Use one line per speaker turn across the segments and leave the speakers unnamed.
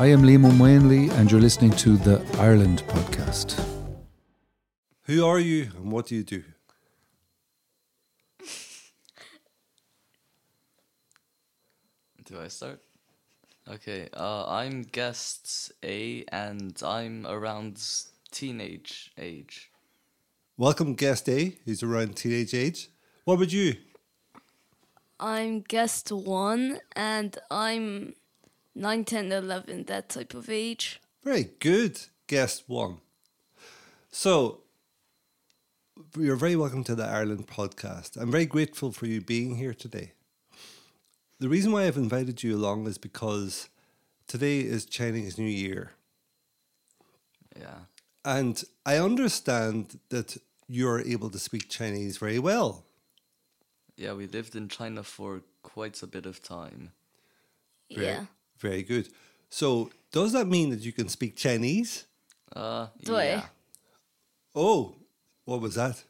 I am Liam Wainley, and you're listening to the Ireland Podcast.
Who are you and what do you do?
Do I start? Okay, uh, I'm guest A and I'm around teenage age.
Welcome, guest A, who's around teenage age. What about you?
I'm guest one and I'm 9, 10, 11, that type of age.
Very good, guest one. So, you're very welcome to the Ireland podcast. I'm very grateful for you being here today. The reason why I've invited you along is because today is Chinese New Year.
Yeah.
And I understand that you're able to speak Chinese very well.
Yeah, we lived in China for quite a bit of time.
Very-
Yeah.
Very good. So, does that mean that you can speak Chinese?
Uh,
Doi.
yeah.
Oh, what was that?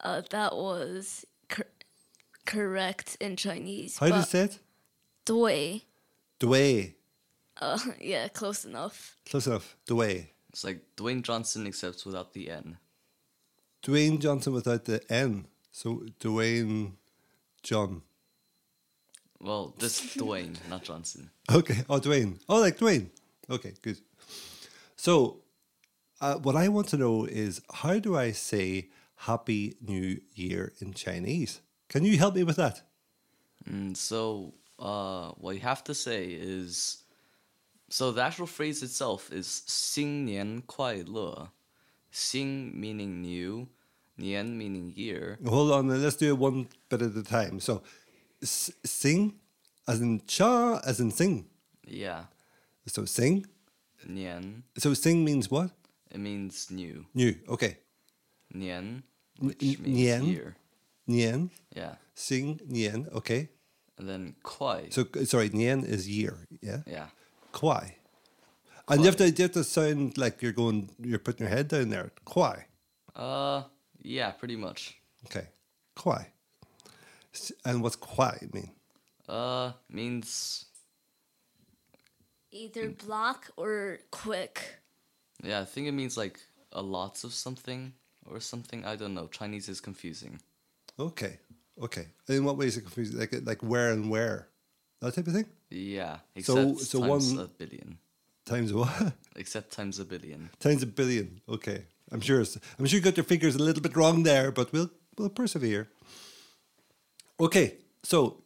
Uh, that was cor- correct in Chinese.
How
but
do you say it?
doi.
Dway.
Uh, yeah, close enough.
Close enough. Dway.
It's like Dwayne Johnson except without the N.
Dwayne Johnson without the N. So Dwayne John.
Well, just Dwayne, not Johnson.
Okay. Oh, Dwayne. Oh, like Dwayne. Okay, good. So, uh, what I want to know is how do I say Happy New Year in Chinese? Can you help me with that?
Mm, so, uh, what you have to say is, so the actual phrase itself is 新年快乐.新 meaning new, 年 meaning year.
Hold on, and let's do it one bit at a time. So, s- sing, as in cha, as in sing.
Yeah,
So, sing.
年
So, sing means what?
it means new.
New. Okay.
Nian,
N-
which
n-
means
nian.
year.
Nian.
Yeah.
Sing, nian. Okay.
And then kuai.
So sorry, nian is year, yeah.
yeah.
Kwai. And you have to you have to sound like you're going you're putting your head down there. Kwai.
Uh yeah, pretty much.
Okay. Kwai. S- And what's kwai mean?
Uh means
Either block or quick.
yeah, I think it means like a lots of something or something. I don't know. Chinese is confusing.
Okay. Okay. In what ways is it confusing? Like like where and where? That type of thing?
Yeah.
So-
Except
so
times
one-
a billion.
Times what?
Except times a billion.
Times a billion. Okay. I'm sure it's, I'm sure you got your figures a little bit wrong there, but we'll we'll persevere. Okay. So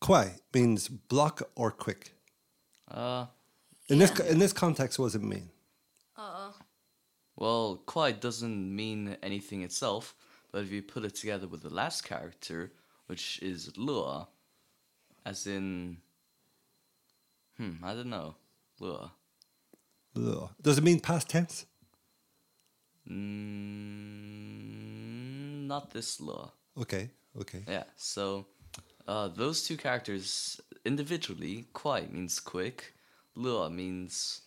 kwai means block or quick.
Uh
In this in this context, what does it mean?
well, kuai doesn't mean anything itself, but if you put it together with the last character, which is lua, as in hmm, I don't know. Lua.
Ugh. Does it mean past tense?
Mm, not this law.
Okay, okay.
Yeah. So, uh, those two characters individually, quite means quick, lua means,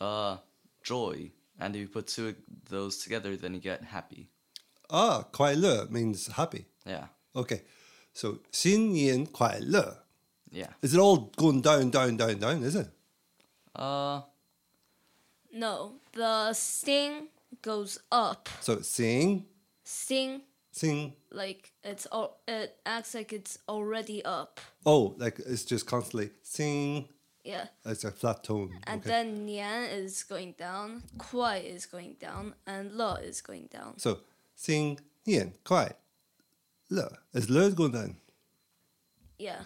uh, joy, and if you put two of those together, then you get happy.
Ah, 快乐 means happy.
Yeah.
Okay, so 新年快乐.
Yeah.
Is it all going down, down, down, down? Is it?
Uh,
No, the sing goes up.
So sing,
Sing,
sing.
like, it's all, it acts like it's already up.
Oh, like it's just constantly sing.
Yeah.
It's a flat tone.
And
okay.
then nian is going down, kuai is going down, and le is going down.
so sing 年快乐. Is le going down?
Yeah.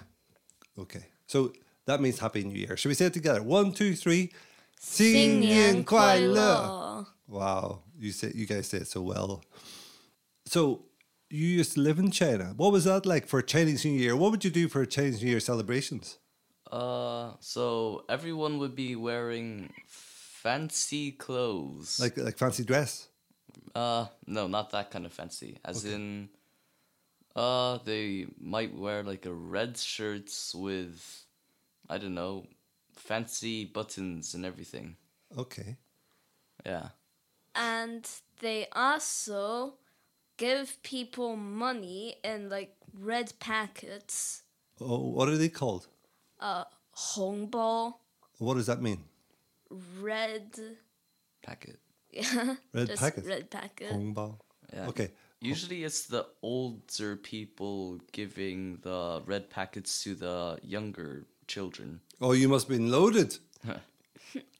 Okay. So that means Happy New Year. Should we say it together? One, two, three. 新年快乐. Wow, you say you guys say it so well. So you used to live in China. What was that like for Chinese New Year? What would you do for Chinese New Year celebrations?
uh, so everyone would be wearing fancy clothes.
Like like fancy dress?
Uh, no, not that kind of fancy. As in, uh, they might wear like a red shirts with, I don't know, fancy buttons and everything.
Okay.
Yeah.
And they also give people money in like red packets,
Oh, what are they called?
hongbao.
What does that mean?
red.
packet.
Yeah.
Red
just
packet.
Red packet.
Hongbao.
Yeah.
Okay.
Usually it's the older people giving the red packets to the younger children.
Oh, you must have been loaded.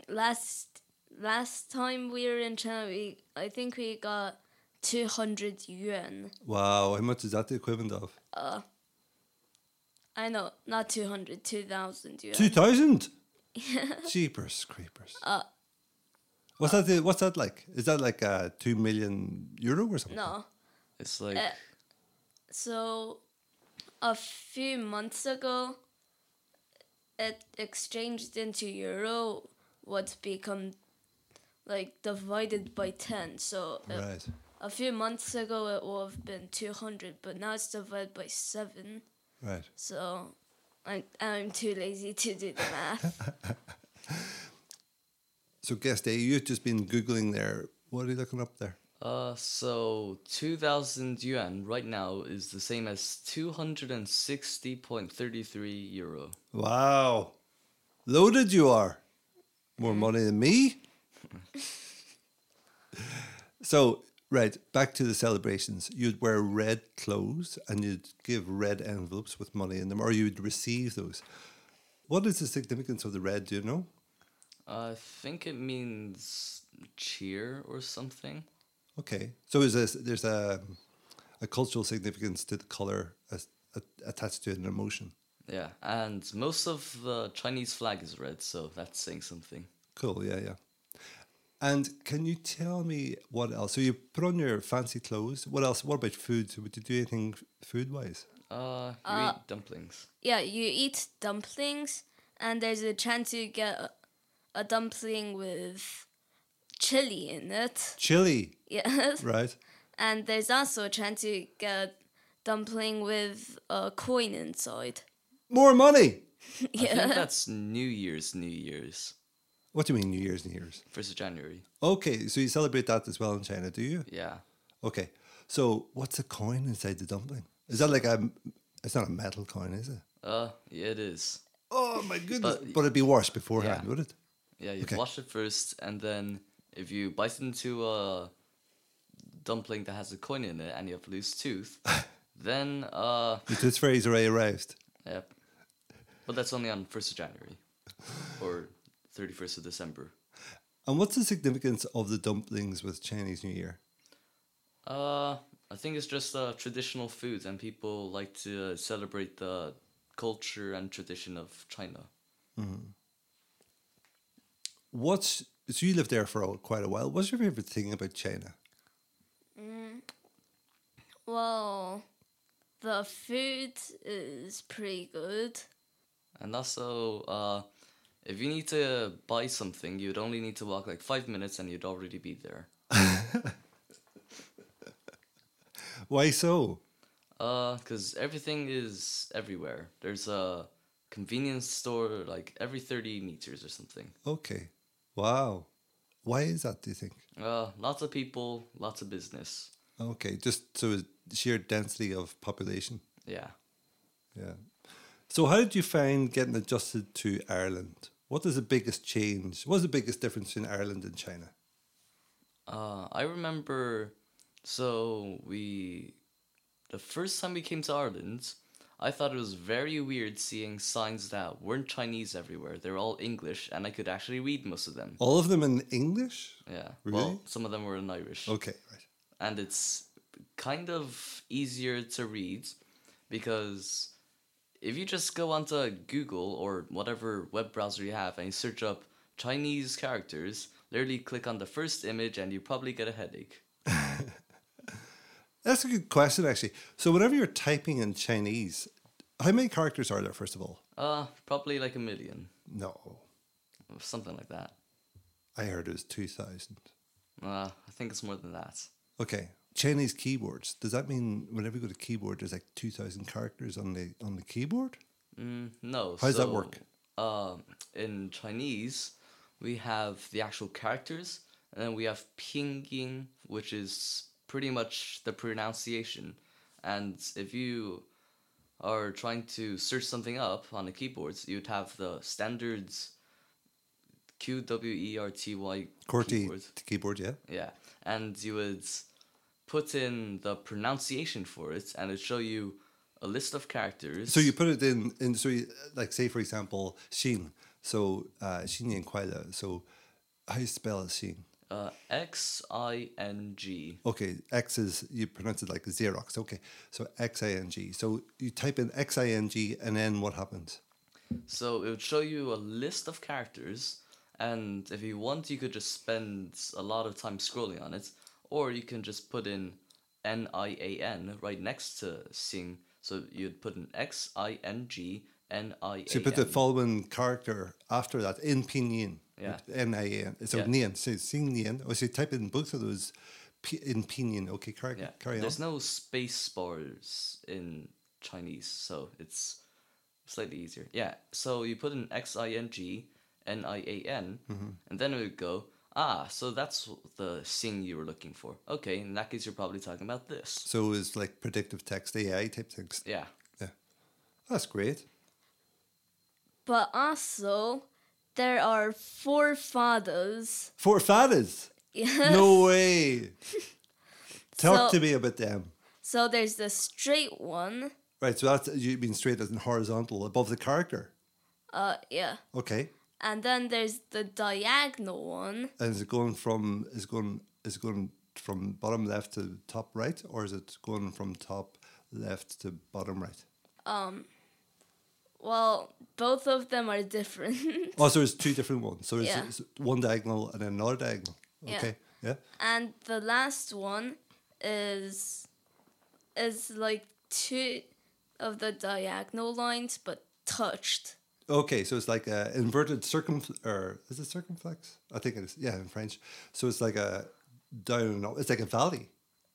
Last last time we were in China, we I think we got two hundred yuan.
Wow, how much is that the equivalent of?
I know, not 200, 2,000 yuan.
Two thousand. Jeepers creepers. what's that? The, what's that like? Is that like uh, two million euro or something?
no.
It's like
Uh, So, a few months ago, it exchanged into euro would become like divided by 10. So, uh,
Right.
a few months ago, it would have been 200, but now it's divided by 7.
Right.
So, I'm, I'm too lazy to do the math.
So guess day, you've just been googling there. What are you looking up there?
Uh, so 2,000 yuan right now is the same as 260.33 euro.
Wow, loaded you are. More money than me. so right back to the celebrations. You'd wear red clothes and you'd give red envelopes with money in them, or you'd receive those. What is the significance of the red? Do you know?
I think it means cheer or something.
Okay, so is this, there's a a cultural significance to the color as, a, attached to an emotion.
Yeah, and most of the Chinese flag is red, so that's saying something.
Cool, yeah, yeah. And can you tell me what else? So you put on your fancy clothes. What else? What about food? So Would you do anything food wise?
Uh, you eat dumplings.
yeah, you eat dumplings, and there's a chance you get a, a dumpling with chili in it.
Chili,
Yes.
right?
And there's also a chance you get a dumpling with a coin inside.
More money.
I think that's New Year's, New Year's,
What do you mean, New Year's, New Year's?
1st of January.
Okay, so you celebrate that as well in China, do you?
Yeah.
Okay, so what's a coin inside the dumpling? Is that like a? It's not a metal coin, is it?
Uh, yeah, it is.
Oh my goodness! But,
But-
it'd be washed beforehand,
Yeah.
would it?
Yeah, you
Okay.
wash it first, and then if you bite into a dumpling that has a coin in it and you have a loose tooth, then, uh,
The tooth fairies already arrived.
yep. But that's only on 1st of January or 31st of December.
And what's the significance of the dumplings with Chinese New Year?
Uh, I think it's just uh, traditional food, and people like to celebrate the culture and tradition of China.
What's so you lived there for a- quite a while? What's your favorite thing about China?
Well, the food is pretty good.
And also, uh, if you need to buy something, you'd only need to walk like five minutes, and you'd already be there.
Why so?
Uh, cause everything is everywhere. There's a convenience store like every thirty meters or something.
Okay, wow. Why is that? Do you think?
Uh, lots of people, lots of business.
Okay, just so it's sheer density of population.
Yeah.
Yeah. So how did you find getting adjusted to Ireland? What is the biggest change? What's the biggest difference in Ireland and China?
Uh, I remember. So we, the first time we came to Ireland, I thought it was very weird seeing signs that weren't Chinese everywhere. They were all English, and I could actually read most of them.
All of them in English.
Yeah.
Really?
Well, some of them were in Irish.
Okay, right.
and it's kind of easier to read because if you just go onto Google or whatever web browser you have and you search up Chinese characters, literally click on the first image and you probably get a headache.
That's a good question, actually. So, whenever you're typing in Chinese, how many characters are there, first of all?
Uh, probably like a million,
No,
or something like that.
I heard it was 2,000.
Uh, I think it's more than that.
Okay, Chinese keyboards. Does that mean whenever you go to keyboard, there's like 2,000 characters on the on the keyboard?
Mm, no.
How does that
so,
work?
Uh, in Chinese, we have the actual characters, and then we have pinyin, which is pretty much the pronunciation. And if you are trying to search something up on the keyboards, you'd have the standards Q W E R T Y
QWERTY
keyboard.
keyboard, yeah.
Yeah, and you would put in the pronunciation for it, and it'd show you a list of characters.
So you put it in, in so you, like say for example, Xin. So uh, Xin Yan Kuai Le. So how you spell Xin?
uh, X I N G.
Okay, X is you pronounce it like Xerox. Okay, so X I N G. So you type in X I N G, and then what happens?
So it would show you a list of characters, and if you want, you could just spend a lot of time scrolling on it, or you can just put in N I A N right next to sing. So you'd put an X I N G N I A N.
So you put the following character after that in pinyin.
Yeah.
N I N. So
Yeah.
Nian. So Xin Nian. Or Oh, so you type in both of those p- in pinyin. Okay, carry,
Yeah.
carry on.
There's no space bars in Chinese, so it's slightly easier. Yeah. So you put in X I N G N I A N,
Mm-hmm.
and then it would go, ah, so that's the thing you were looking for. Okay, in that case, you're probably talking about this.
So it's like predictive text, AI type things.
Yeah.
Yeah. That's great.
But also, there are four fathers.
For fathers. No way. Talk
So-
to me about them.
So there's the straight one.
Right, so that's you mean straight as in horizontal above the character.
Uh, yeah.
Okay.
And then there's the diagonal one.
And is it going from is it going is it going from bottom left to top right or is it going from top left to bottom right?
Well, both of them are different.
Oh, so there's two different ones. So there's
Yeah.
there's one diagonal and then another diagonal.
Yeah.
Okay. Yeah.
and the last one is is like two of the diagonal lines but touched.
Okay, so it's like a inverted circumf or is it circumflex? I think it is. Yeah, in French. So it's like a down. It's like a valley.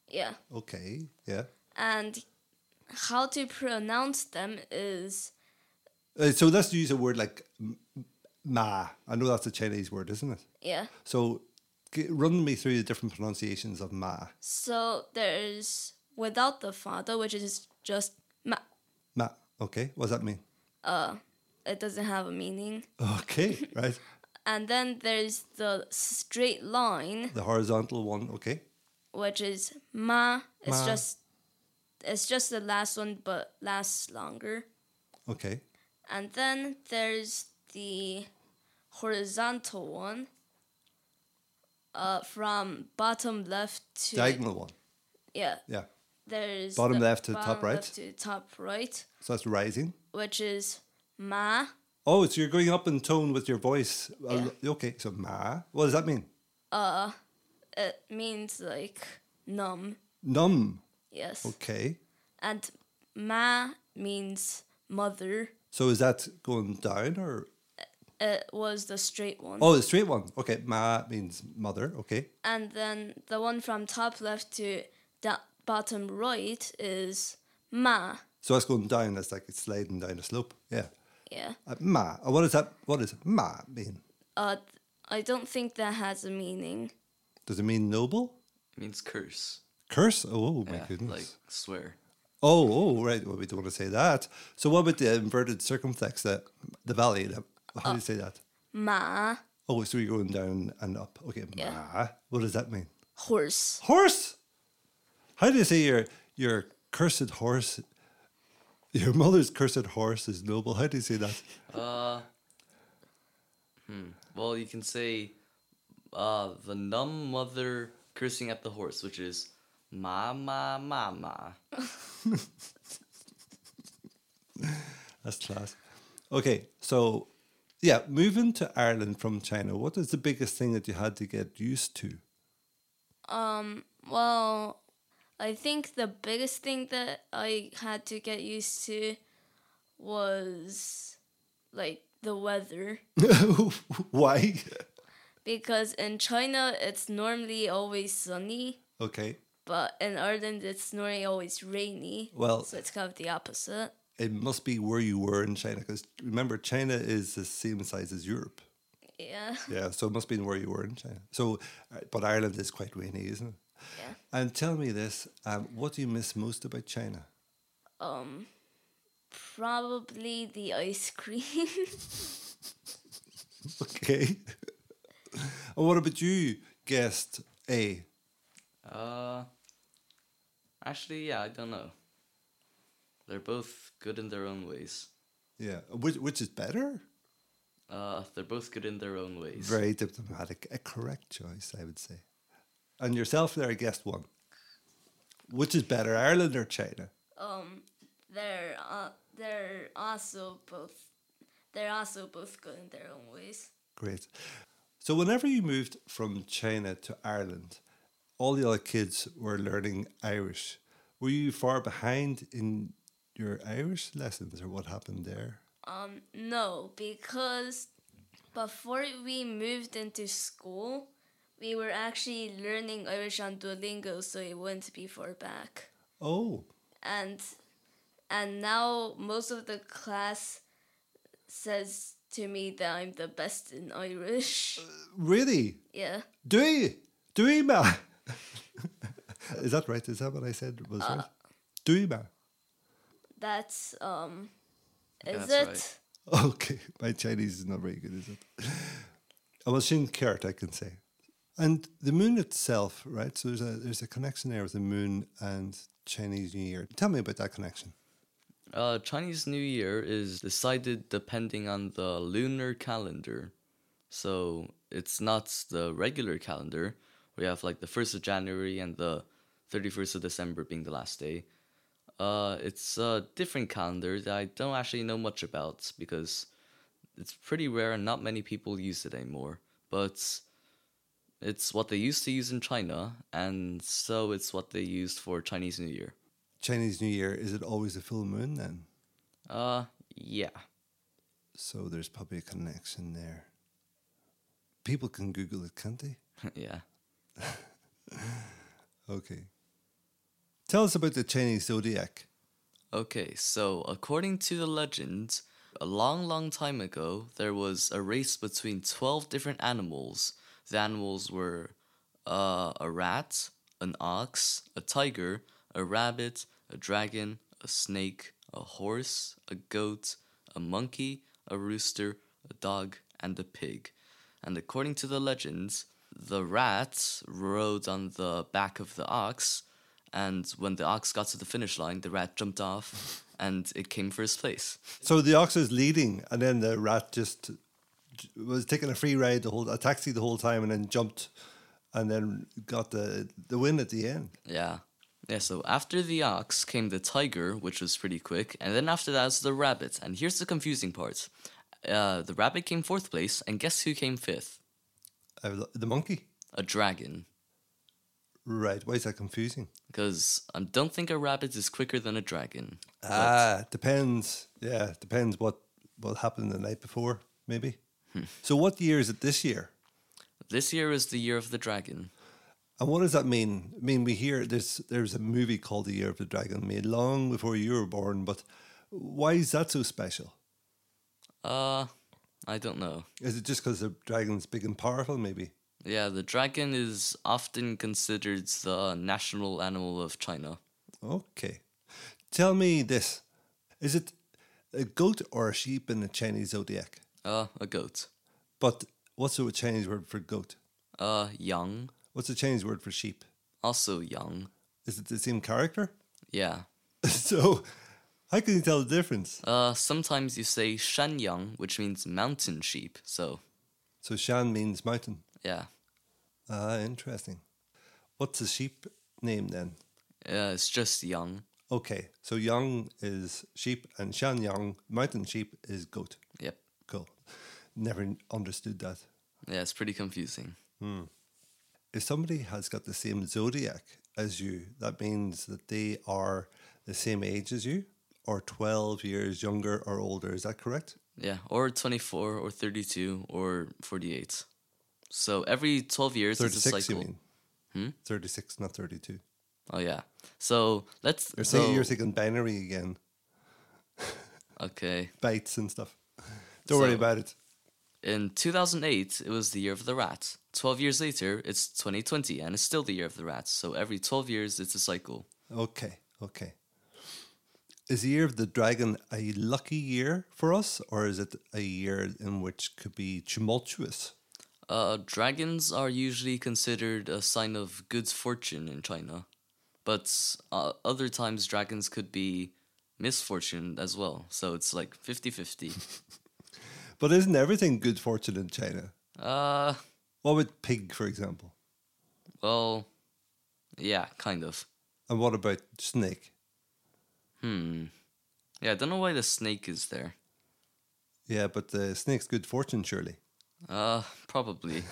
Yeah.
Okay. Yeah.
And how to pronounce them is
Uh, so let's use a word like m- ma. I know that's a Chinese word, isn't it?
yeah.
So g- run me through the different pronunciations of ma.
So there's without the father, which is just ma.
Ma. Okay. What does that mean?
It doesn't have a meaning.
Okay. right.
And then there's the straight line,
The horizontal one. Okay.
which is ma. It's
Ma.
just it's just the last one, but lasts longer.
Okay.
And then there's the horizontal one. Uh, from bottom left to
Diagonal one.
Yeah,
Yeah.
there's
Bottom
the
left to top
bottom
right.
left to top right,
So that's rising.
which is ma.
Oh, so you're going up in tone with your voice. Uh, Okay. So ma. What does that mean?
It means like numb.
Numb.
Yes.
Okay.
And ma means mother.
So is that going down or
It was the straight one.
oh the straight one? Okay, ma means mother. Okay,
And then the one from top left to da- bottom right is ma.
so that's going down. That's like it's sliding down a slope. Yeah,
Yeah.
uh, ma. Uh, What does that? What does ma mean?
Uh, th- I don't think that has a meaning.
Does it mean noble?
It means curse.
Curse? Oh my
yeah,
goodness.
like swear.
oh, oh, right. Well, we don't want to say that. So what about the inverted circumflex? The the valley. The, how do you say that?
Ma,
Oh, so you're going down and up. Okay,
Yeah.
ma. What does that mean?
horse.
Horse. How do you say your your cursed horse? Your mother's cursed horse is noble. How do you say that?
Well, you can say uh, the numb mother cursing at the horse, which is ma ma ma ma.
That's class. Okay, so yeah, moving to Ireland from China, what is the biggest thing that you had to get used to?
Well, I think the biggest thing that I had to get used to was like the weather
Why?
because in China it's normally always sunny,
Okay,
but in Ireland it's normally always rainy.
Well-
so it's kind of the opposite.
it must be where you were in China because remember, China is the same size as Europe.
Yeah.
Yeah, so it must be where you were in China. So, uh, but Ireland is quite rainy, isn't it?
Yeah.
And tell me this: um, what do you miss most about China?
Um probably the ice cream.
Okay. And what about you, guest A?
Uh, actually, yeah, I don't know. They're both good in their own ways.
Yeah, which which is better?
Uh, they're both good in their own ways.
Very diplomatic, a correct choice, I would say. And yourself there, guest one. Which is better, Ireland or China?
Um, they're uh, they're also both they're also both good in their own ways.
Great. So whenever you moved from China to Ireland, all the other kids were learning Irish. Were you far behind in your Irish lessons, or what happened there?
Um, no, because before we moved into school, we were actually learning Irish on Duolingo, so it wouldn't be far back.
Oh,
and and now most of the class says to me that I'm the best in Irish.
Uh.
really?
Yeah,
Do you? Do you, ma? Is that right? Is that what I said was right? Do you, ma?
that's um, is
That's
it?
right.
Okay, my Chinese is not very good, is it? I was in carrot, I can say. And the moon itself, right? So there's a there's a connection there with the moon and Chinese New Year. Tell me about that connection.
Uh, Chinese New Year is decided depending on the lunar calendar. So it's not the regular calendar. We have like the 1st of January and the 31st of December being the last day. Uh, it's a different calendar that I don't actually know much about because it's pretty rare and not many people use it anymore. But it's what they used to use in China, and so it's what they used for Chinese New Year.
Chinese New Year is it always a full moon then?
Uh, yeah.
So there's probably a connection there. People can Google it, can't they?
yeah.
Okay. Tell us about the Chinese zodiac.
Okay, so according to the legend, a long, long time ago, there was a race between 12 different animals. The animals were uh, a rat, an ox, a tiger, a rabbit, a dragon, a snake, a horse, a goat, a monkey, a rooster, a dog, and a pig. And according to the legends, the rat rode on the back of the ox, and when the ox got to the finish line, the rat jumped off and it came first place.
So the ox is leading, and then the rat just was taking a free ride the whole, a taxi the whole time, and then jumped, and then got the the win at the end.
Yeah. Yeah, so after the ox came the tiger, which was pretty quick, and then after that was the rabbit. And here's the confusing part uh, the rabbit came fourth place, and guess who came fifth?
I was- the monkey,
A dragon.
right? Why is that confusing?
Because I don't think a rabbit is quicker than a dragon. But
Ah, depends. Yeah, depends what what happened the night before, maybe. so what year is it this year?
This year is the year of the dragon.
And what does that mean? I mean, we hear there's there's a movie called The Year of the Dragon made long before you were born, but why is that so special?
Uh, I don't know.
Is it just because the dragon's big and powerful? Maybe.
Yeah, the dragon is often considered the national animal of China.
Okay. Tell me this. Is it a goat or a sheep in the Chinese zodiac?
Uh, a goat.
But what's the Chinese word for goat?
Uh, yang.
What's the Chinese word for sheep?
Also yang.
Is it the same character?
Yeah.
so, how can you tell the difference?
Uh, sometimes you say Shanyang, which means mountain sheep. So,
So, Shan means mountain.
yeah,
Ah, interesting. What's the sheep name then?
uh, it's just Yang.
Okay, so Yang is sheep and Shan Yang, mountain sheep, is goat.
Yep.
Cool. Never understood that.
Yeah, it's pretty confusing.
if somebody has got the same zodiac as you, that means that they are the same age as you or 12 years younger or older. Is that correct?
Yeah, or 24, or 32, or 48. So every 12 years, it's a
36, you
cycle. Hmm?
mean? 36, not 32.
Oh, yeah. So let's.
You're,
so,
thinking, you're thinking binary again,
okay.
bytes and stuff. Don't worry
So-
about it.
In 2008, it was the year of the rat. 12 years later, it's 2020, and it's still the year of the rat. So every 12 years, it's a cycle.
Okay, okay. Is the year of the dragon a lucky year for us, or is it a year in which could be tumultuous?
Uh, dragons are usually considered a sign of good fortune in China, but uh, other times dragons could be misfortune as well. So it's like 50 50.
But isn't everything good fortune in China?
uh,
What about pig, for example?
well, yeah, kind of.
And what about snake?
Hmm. Yeah, I don't know why the snake is there.
Yeah, but the snake's good fortune, surely.
Uh, probably.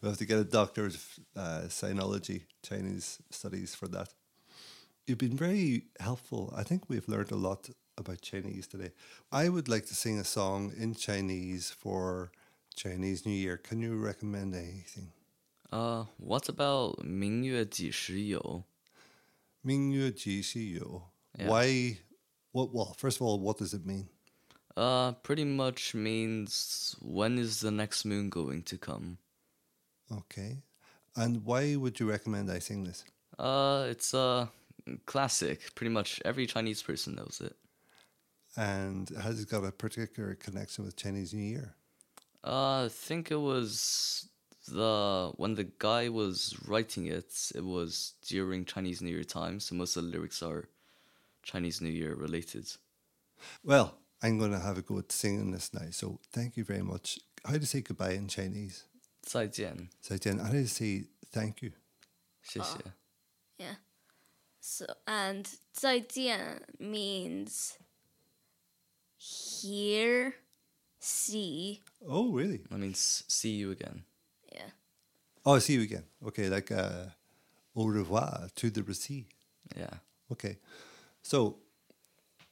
We'll have to get a doctor of uh, sinology, Chinese studies for that. You've been very helpful. I think we've learned a lot about Chinese today. I would like to sing a song in Chinese for Chinese New Year. Can you recommend anything?
Uh, what about 明月几时有?
Ming Yu Ji Shi Yu.
Yeah.
Why? What? Well, first of all, what does it mean?
Uh, pretty much means when is the next moon going to come?
Okay. And why would you recommend I sing this?
Uh, it's a classic. Pretty much every Chinese person knows it.
And has it got a particular connection with Chinese New Year?
Uh, I think it was the when the guy was writing it, it was during Chinese New Year time, so most of the lyrics are Chinese New Year related.
Well, I'm going to have a go at singing this now. So thank you very much. How do you say goodbye in Chinese?
再见，
So then, how do you say thank you?
谢谢。
Yeah. So and 再见 means here, see.
Oh, really?
That means see you again.
Yeah.
Oh, I see you again. Okay, like uh, au revoir to the sea.
Yeah.
Okay. So,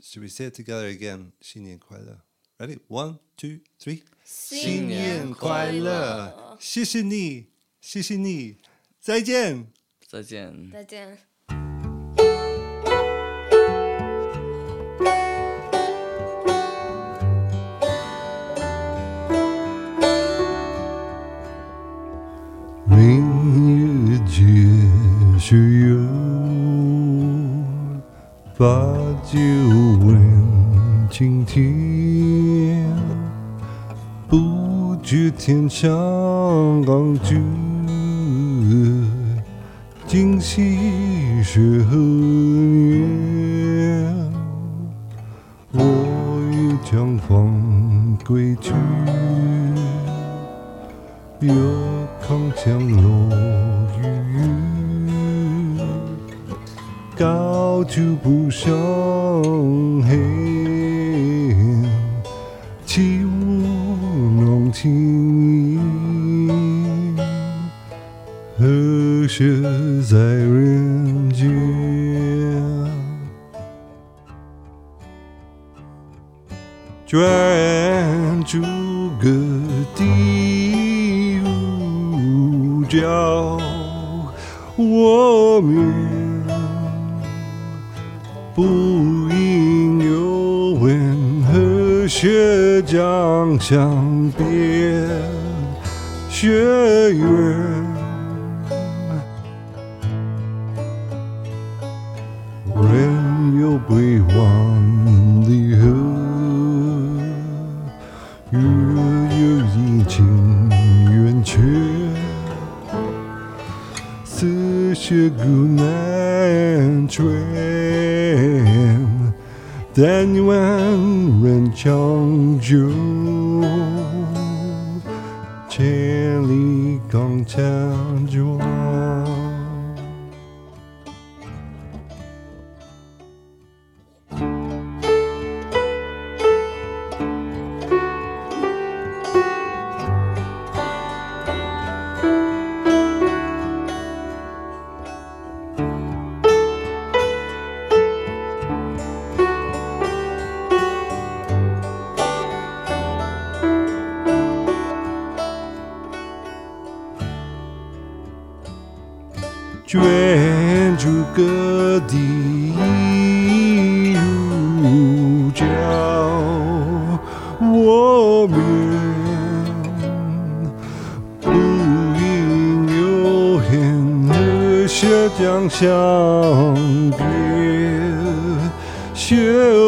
should we say it together again? 新年快乐. Ready? One, two, three.
新年快乐。
谢谢你，谢谢你，再见。
再见。
再见。
明月几时有？把酒问青天，不觉天上昂首，今夕是何年？我欲乘风归去。又看江落雨，高处不胜寒，起舞弄清影，何时在人间？转出个地无角，我命不应有问何时长相别，雪月。人有北望的河，月有阴晴圆缺，丝丝古难全。但愿人长久，千里共婵娟。卷住各地如角，我们不应有恨，而血将相别，血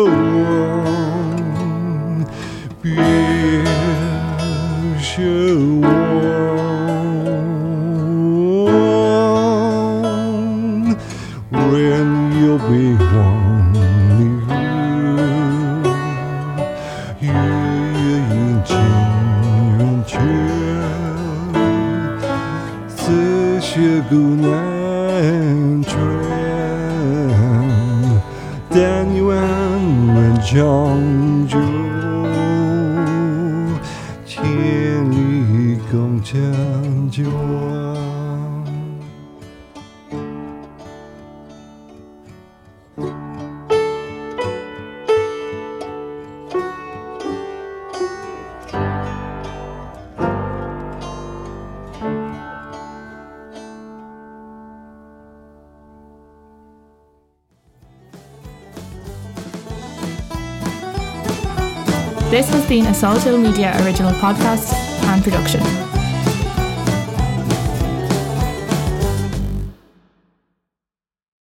往别。 future one when you'll be only you, you, you, you, you, 这些孤男传，但愿能长久，千里共婵娟。
This has been a Solitaire Media original podcast and production.